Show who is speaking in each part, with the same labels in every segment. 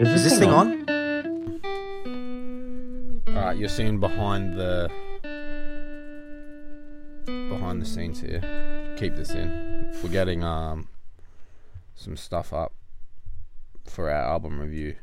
Speaker 1: Is
Speaker 2: Is
Speaker 1: this,
Speaker 2: this thing on?
Speaker 3: All right, you're soon behind the behind the scenes here. Keep this in. We're getting um some stuff up for our album review.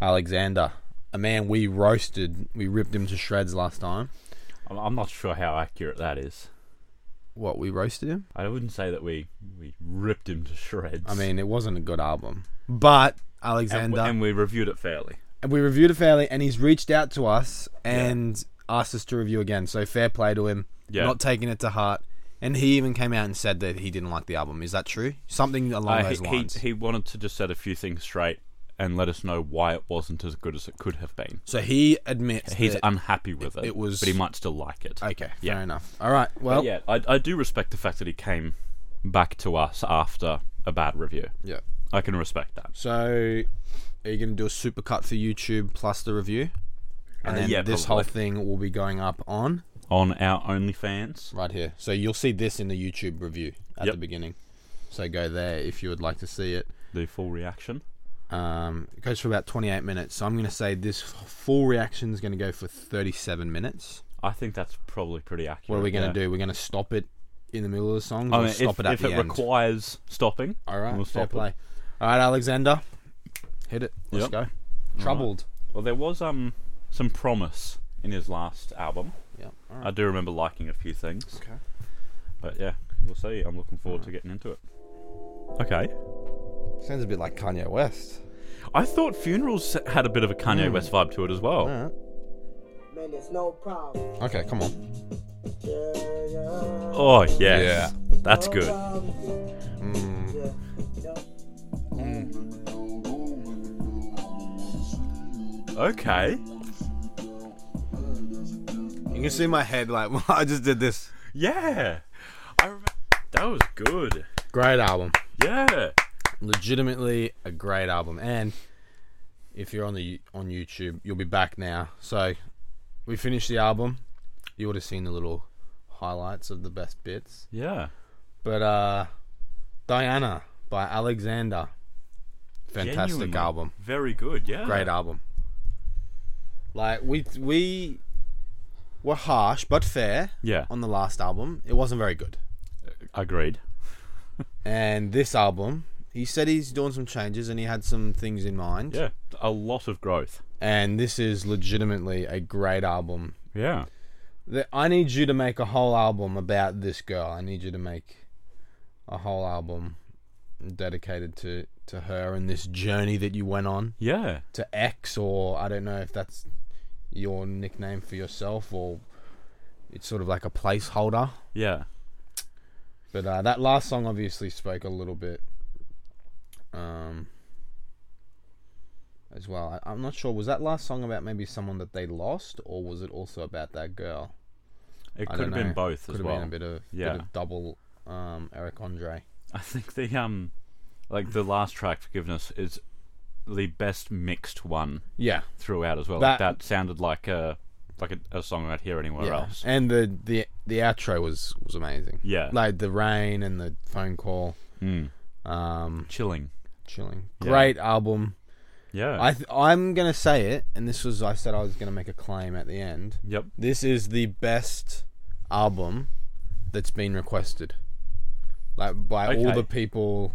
Speaker 3: Alexander, a man we roasted, we ripped him to shreds last time.
Speaker 1: I'm, I'm not sure how accurate that is.
Speaker 3: What we roasted him?
Speaker 1: I wouldn't say that we we ripped him to shreds.
Speaker 3: I mean, it wasn't a good album, but
Speaker 1: and,
Speaker 3: Alexander,
Speaker 1: we- and uh, we reviewed it fairly.
Speaker 3: we reviewed it fairly, and he's reached out to us and asked us to review again. So fair play to him,
Speaker 1: Yeah.
Speaker 3: not taking it to heart. And he even came out and said that he didn't like the album. Is that true? Something along
Speaker 1: Uh,
Speaker 3: those
Speaker 1: he, he
Speaker 3: lines.
Speaker 1: he wanted to just set a few things straight and let us know why it wasn't as good as it could have been.
Speaker 3: so he admits
Speaker 1: He's
Speaker 3: that-
Speaker 1: unhappy with it.
Speaker 3: it was-
Speaker 1: but he might still like it.
Speaker 3: okay.
Speaker 1: Yeah.
Speaker 3: Fair enough. All right. Well,
Speaker 1: But yeah, I, I do respect the fact that he came back to us after a bad review.
Speaker 3: yeah.
Speaker 1: I can respect that.
Speaker 3: So are you gonna do a supercut for YouTube plus the review, and
Speaker 1: Uh,
Speaker 3: then
Speaker 1: yeah,
Speaker 3: this
Speaker 1: probably.
Speaker 3: whole thing will be going up on
Speaker 1: On our OnlyFans,
Speaker 3: right here. So you'll see this in the YouTube review at
Speaker 1: Yep.
Speaker 3: the beginning. So go there if you would like to see it.
Speaker 1: the full reaction.
Speaker 3: Um, it goes for about 28 minutes. So I'm going to say this f- full reaction is going to go for 37 minutes.
Speaker 1: I think that's probably pretty accurate.
Speaker 3: What are we going
Speaker 1: yeah.
Speaker 3: to do? We're going to stop it in the middle of the song.
Speaker 1: I
Speaker 3: or
Speaker 1: mean,
Speaker 3: stop
Speaker 1: if
Speaker 3: it at
Speaker 1: if
Speaker 3: the
Speaker 1: it
Speaker 3: end.
Speaker 1: requires stopping,
Speaker 3: All right,
Speaker 1: we'll
Speaker 3: fair
Speaker 1: stop
Speaker 3: play.
Speaker 1: it.
Speaker 3: All right, Alexander, hit it. Let's
Speaker 1: Yep.
Speaker 3: go. Troubled.
Speaker 1: Well, there was um some promise in his last album.
Speaker 3: Yeah. All right.
Speaker 1: I do remember liking a few things.
Speaker 3: Okay.
Speaker 1: But yeah, we'll see. I'm looking forward to getting into it. Okay.
Speaker 3: Sounds a bit like Kanye West.
Speaker 1: I thought Funerals had a bit of a Kanye
Speaker 3: Hmm.
Speaker 1: West vibe to it as
Speaker 3: All
Speaker 1: well.
Speaker 3: right.
Speaker 4: Man, there's no problem.
Speaker 3: Okay, come on.
Speaker 4: Yeah, yeah.
Speaker 1: Oh, yes. That's good. Mm.
Speaker 4: Yeah. yeah.
Speaker 1: Okay.
Speaker 3: You can see my head like I just did this.
Speaker 1: Yeah. I remember. That was good.
Speaker 3: Great album.
Speaker 1: Yeah.
Speaker 3: legitimately a great album and if you're on the on youtube you'll be back now so we finished the album you would have seen the little highlights of the best bits
Speaker 1: Yeah.
Speaker 3: but uh diana by alexander fantastic
Speaker 1: Genuinely
Speaker 3: album
Speaker 1: Very good. Yeah.
Speaker 3: great album like we we were harsh but fair
Speaker 1: Yeah.
Speaker 3: on the last album it wasn't very good
Speaker 1: Agreed.
Speaker 3: and this album he said he's doing some changes and he had some things in mind
Speaker 1: Yeah. A lot of growth.
Speaker 3: and this is legitimately a great album.
Speaker 1: Yeah.
Speaker 3: The- I need you to make a whole album about this girl. I need you to make a whole album dedicated to to her and this journey that you went on
Speaker 1: Yeah.
Speaker 3: to X, or I don't know if that's your nickname for yourself, or it's sort of like a placeholder.
Speaker 1: Yeah.
Speaker 3: But uh, that last song obviously spoke a little bit. Um. As well, I, I'm not sure. Was that last song about maybe someone that they lost, or was it also about that girl?
Speaker 1: It
Speaker 3: I
Speaker 1: could have
Speaker 3: don't
Speaker 1: been
Speaker 3: know.
Speaker 1: both
Speaker 3: Could
Speaker 1: as
Speaker 3: have
Speaker 1: well.
Speaker 3: been a bit of
Speaker 1: Yeah.
Speaker 3: bit of double um, Eric Andre.
Speaker 1: I think the um, like the last track, Forgiveness, is the best mixed one
Speaker 3: Yeah,
Speaker 1: throughout as well.
Speaker 3: That-
Speaker 1: Like, That, sounded like a like a, a song I'd hear anywhere
Speaker 3: yeah.
Speaker 1: else.
Speaker 3: And the the the outro was was amazing.
Speaker 1: Yeah.
Speaker 3: like the rain and the phone call.
Speaker 1: Mm.
Speaker 3: Um,
Speaker 1: Chilling.
Speaker 3: chilling.
Speaker 1: Yeah.
Speaker 3: Great album.
Speaker 1: Yeah.
Speaker 3: I th- I'm gonna say it, and this was I said I was gonna make a claim at the end.
Speaker 1: yep.
Speaker 3: this is the best album that's been requested like by all
Speaker 1: Okay.
Speaker 3: the people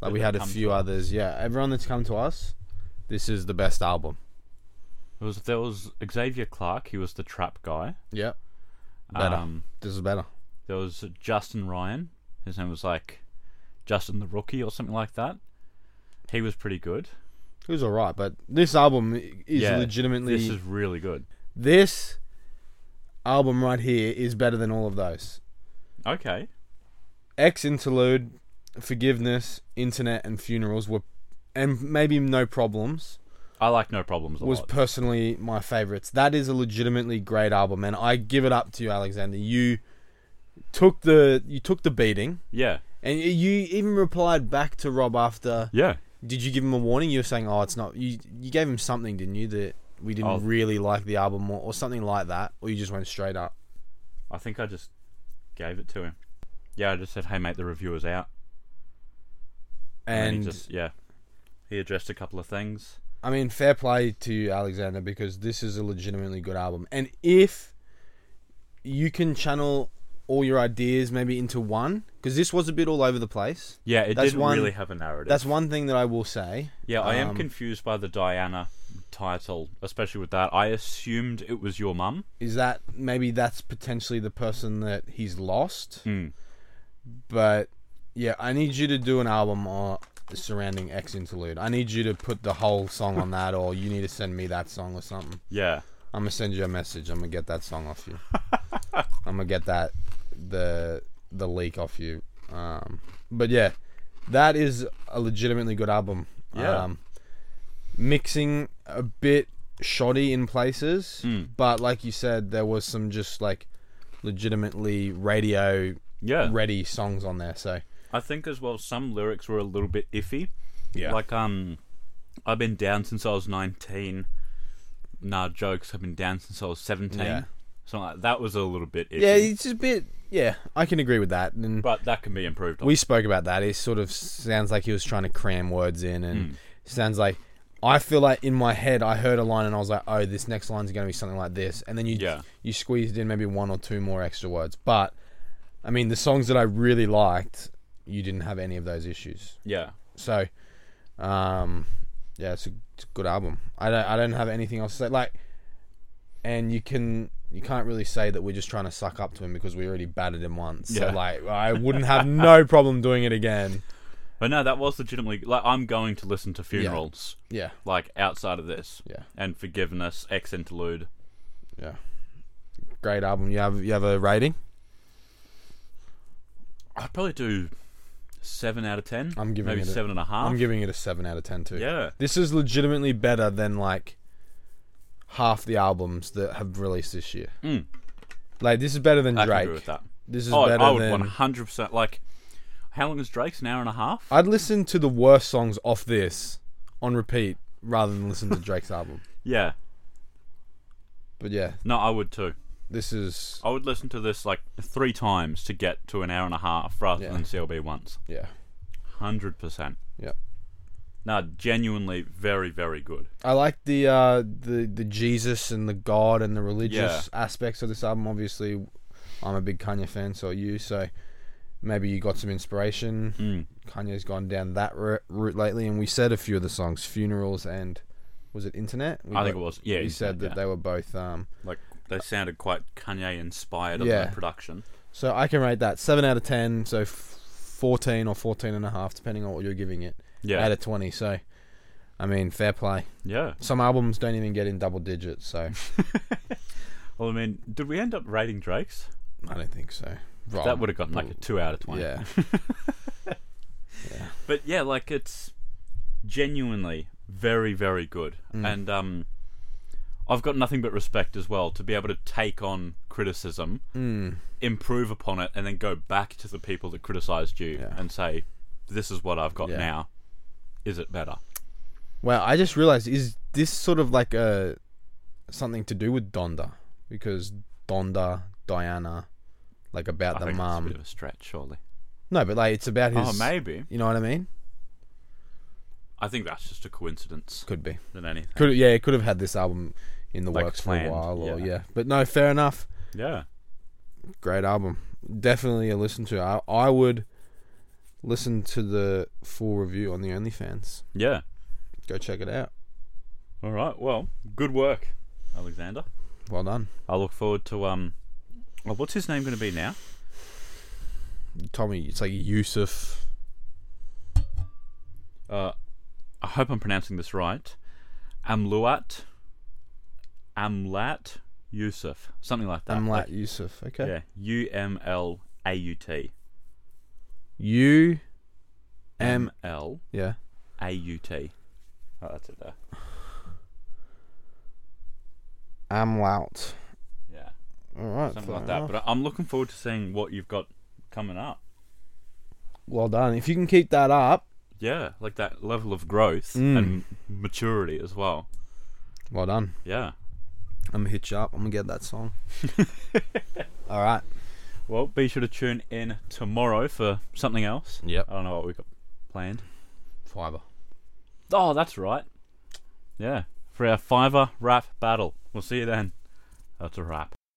Speaker 3: like we
Speaker 1: That
Speaker 3: had a
Speaker 1: come
Speaker 3: few
Speaker 1: to us.
Speaker 3: others yeah everyone that's come to us this is the best album
Speaker 1: There was there was Xavier Clark. He was the trap guy.
Speaker 3: yeah better
Speaker 1: Um,
Speaker 3: this is better
Speaker 1: there was Justin Ryan. His name was like Justin the Rookie or something like that. He was pretty good.
Speaker 3: it was alright but this album i- is
Speaker 1: Yeah,
Speaker 3: legitimately
Speaker 1: This is really good.
Speaker 3: this album right here is better than all of those
Speaker 1: Okay.
Speaker 3: X interlude, forgiveness, internet, and funerals were, and maybe no problems
Speaker 1: I like No Problems a
Speaker 3: was
Speaker 1: lot.
Speaker 3: personally my favorites. That is a legitimately great album, and I give it up to you, Alexander. You took the you took the beating,
Speaker 1: yeah.
Speaker 3: and you even replied back to Rob after.
Speaker 1: Yeah.
Speaker 3: Did you give him a warning? You were saying, "Oh, it's not." You you gave him something, didn't you? That we didn't
Speaker 1: Oh.
Speaker 3: really like the album, or, or something like that, or you just went straight up.
Speaker 1: I think I just gave it to him. Yeah, I just said, "Hey mate, the review is out," and,
Speaker 3: And
Speaker 1: he just yeah, he addressed a couple of things.
Speaker 3: I mean, fair play to you, Alexander, because this is a legitimately good album. And if you can channel all your ideas maybe into one, because this was a bit all over the place.
Speaker 1: Yeah, it
Speaker 3: That's
Speaker 1: didn't
Speaker 3: one-
Speaker 1: really have a narrative.
Speaker 3: That's one thing that I will say.
Speaker 1: yeah, I am
Speaker 3: um,
Speaker 1: confused by the Diana title, especially with that. I assumed it was your mum.
Speaker 3: Is that maybe that's potentially the person that he's lost.
Speaker 1: Mm.
Speaker 3: But yeah, I need you to do an album on surrounding X interlude. I need you to put the whole song on that, or you need to send me that song or something.
Speaker 1: Yeah.
Speaker 3: I'm gonna send you a message. I'm gonna get that song off you. I'm gonna get that the the leak off you. Um, but yeah, that is a legitimately good album.
Speaker 1: Yeah.
Speaker 3: Um, mixing a bit shoddy in places,
Speaker 1: Mm.
Speaker 3: but like you said, there was some just like legitimately radio
Speaker 1: Yeah.
Speaker 3: ready songs on there. So
Speaker 1: I think as well some lyrics were a little bit iffy.
Speaker 3: yeah,
Speaker 1: Like um I've been down since I was nineteen. Nah jokes, I've been down since I was seventeen.
Speaker 3: Yeah.
Speaker 1: So like, that was a little bit iffy.
Speaker 3: yeah, it's a bit. Yeah, I can agree with that. And
Speaker 1: but that can be improved on.
Speaker 3: we spoke about that. It sort of sounds like he was trying to cram words in, and sounds like I feel like in my head I heard a line and I was like, oh, this next line's going to be something like this, and then you
Speaker 1: Yeah.
Speaker 3: you squeezed in maybe one or two more extra words. But I mean, the songs that I really liked, you didn't have any of those issues.
Speaker 1: yeah.
Speaker 3: So, um, yeah, it's a, it's a good album. I don't I don't have anything else to say. Like, and you can you can't really say that we're just trying to suck up to him because we already battered him once.
Speaker 1: Yeah.
Speaker 3: So like, I wouldn't have no problem doing it again.
Speaker 1: But no, that was legitimately like I'm going to listen to funerals,
Speaker 3: Yeah,
Speaker 1: like outside of this.
Speaker 3: Yeah.
Speaker 1: And forgiveness, ex interlude.
Speaker 3: yeah, great album. You have you have a rating?
Speaker 1: I'd probably do seven out of ten.
Speaker 3: I'm giving
Speaker 1: maybe
Speaker 3: it a-
Speaker 1: seven and a half.
Speaker 3: I'm giving it a seven out of ten too.
Speaker 1: Ah. Yeah.
Speaker 3: this is legitimately better than like half the albums that have released this year.
Speaker 1: Mm.
Speaker 3: Like this is better than
Speaker 1: I
Speaker 3: Drake.
Speaker 1: can agree with that.
Speaker 3: This is
Speaker 1: Oh,
Speaker 3: better
Speaker 1: I would
Speaker 3: than
Speaker 1: one hundred percent like how long is Drake's? An hour and a half?
Speaker 3: I'd listen to the worst songs off this on repeat rather than listen to Drake's album.
Speaker 1: Yeah.
Speaker 3: But yeah,
Speaker 1: No, I would too.
Speaker 3: this is
Speaker 1: I would listen to this like three times to get to an hour and a half rather
Speaker 3: Yeah.
Speaker 1: than CLB once.
Speaker 3: yeah,
Speaker 1: 100%.
Speaker 3: yeah.
Speaker 1: No, genuinely very, very good.
Speaker 3: I like the uh, the the Jesus and the God and the religious aspects of this album. Obviously, I'm a big Kanye fan, so are you. So maybe you got some inspiration.
Speaker 1: Mm.
Speaker 3: Kanye's gone down that ro- route lately, and we said a few of the songs, funerals and was it Internet? We
Speaker 1: I think
Speaker 3: got-
Speaker 1: it was. Yeah,
Speaker 3: We
Speaker 1: you
Speaker 3: said that
Speaker 1: yeah.
Speaker 3: they were both. Um,
Speaker 1: Like, they sounded quite Kanye inspired on
Speaker 3: Yeah.
Speaker 1: the production.
Speaker 3: So I can rate that 7 out of 10, so f- 14 or 14 and a half, depending on what you're giving it,
Speaker 1: Yeah.
Speaker 3: out of 20. So, I mean, fair play.
Speaker 1: yeah.
Speaker 3: Some albums don't even get in double digits, so
Speaker 1: Well, I mean, did we end up rating Drake's?
Speaker 3: I don't think so. Right.
Speaker 1: That would have gotten like a 2 out of 20.
Speaker 3: Yeah.
Speaker 1: But yeah, like, it's genuinely very, very good.
Speaker 3: Mm.
Speaker 1: And, um,. I've got nothing but respect as well to be able to take on criticism
Speaker 3: Mm.
Speaker 1: improve upon it and then go back to the people that criticized you
Speaker 3: Yeah.
Speaker 1: and say this is what i've got
Speaker 3: Yeah.
Speaker 1: now is it better
Speaker 3: Well, I just realized is this sort of like a something to do with Donda? Because Donda, Diana, like about
Speaker 1: i
Speaker 3: the
Speaker 1: think it's a bit
Speaker 3: mum.
Speaker 1: of a stretch surely
Speaker 3: No, but like it's about his.
Speaker 1: oh maybe
Speaker 3: You know what I mean?
Speaker 1: i think that's just a coincidence
Speaker 3: Could be.
Speaker 1: than anything
Speaker 3: Could yeah, it could have had this album in the
Speaker 1: Like
Speaker 3: works
Speaker 1: planned,
Speaker 3: for a while, or
Speaker 1: yeah.
Speaker 3: yeah. But no, fair enough.
Speaker 1: yeah
Speaker 3: great album. Definitely a listen to. I, I would listen to the full review on the OnlyFans.
Speaker 1: yeah
Speaker 3: Go check it out.
Speaker 1: all right well good work alexander
Speaker 3: Well done.
Speaker 1: i look forward to um well, what's his name going to be now
Speaker 3: Tommy, it's like Yusuf.
Speaker 1: uh i hope i'm pronouncing this right amluat amlat yusuf something like that
Speaker 3: I'm
Speaker 1: Like-
Speaker 3: like Yusuf. Okay.
Speaker 1: yeah u m l a u t
Speaker 3: You.
Speaker 1: M
Speaker 3: M-
Speaker 1: L
Speaker 3: Yeah.
Speaker 1: A U T. Oh, that's it there.
Speaker 3: I'm lout.
Speaker 1: Yeah,
Speaker 3: All right.
Speaker 1: something
Speaker 3: fair
Speaker 1: like that.
Speaker 3: enough.
Speaker 1: But I- I'm looking forward to seeing what you've got coming up.
Speaker 3: well done. If you can keep that up,
Speaker 1: Yeah, like that level of growth
Speaker 3: Mm.
Speaker 1: and maturity as well.
Speaker 3: well done.
Speaker 1: Yeah.
Speaker 3: I'm gonna hit you up. I'm gonna get that song. All right.
Speaker 1: Well, be sure to tune in tomorrow for something else.
Speaker 3: Yep.
Speaker 1: I don't know what we got planned.
Speaker 3: Fiverr.
Speaker 1: Oh, that's right. Yeah. For our Fiver rap battle. We'll see you then. That's a wrap.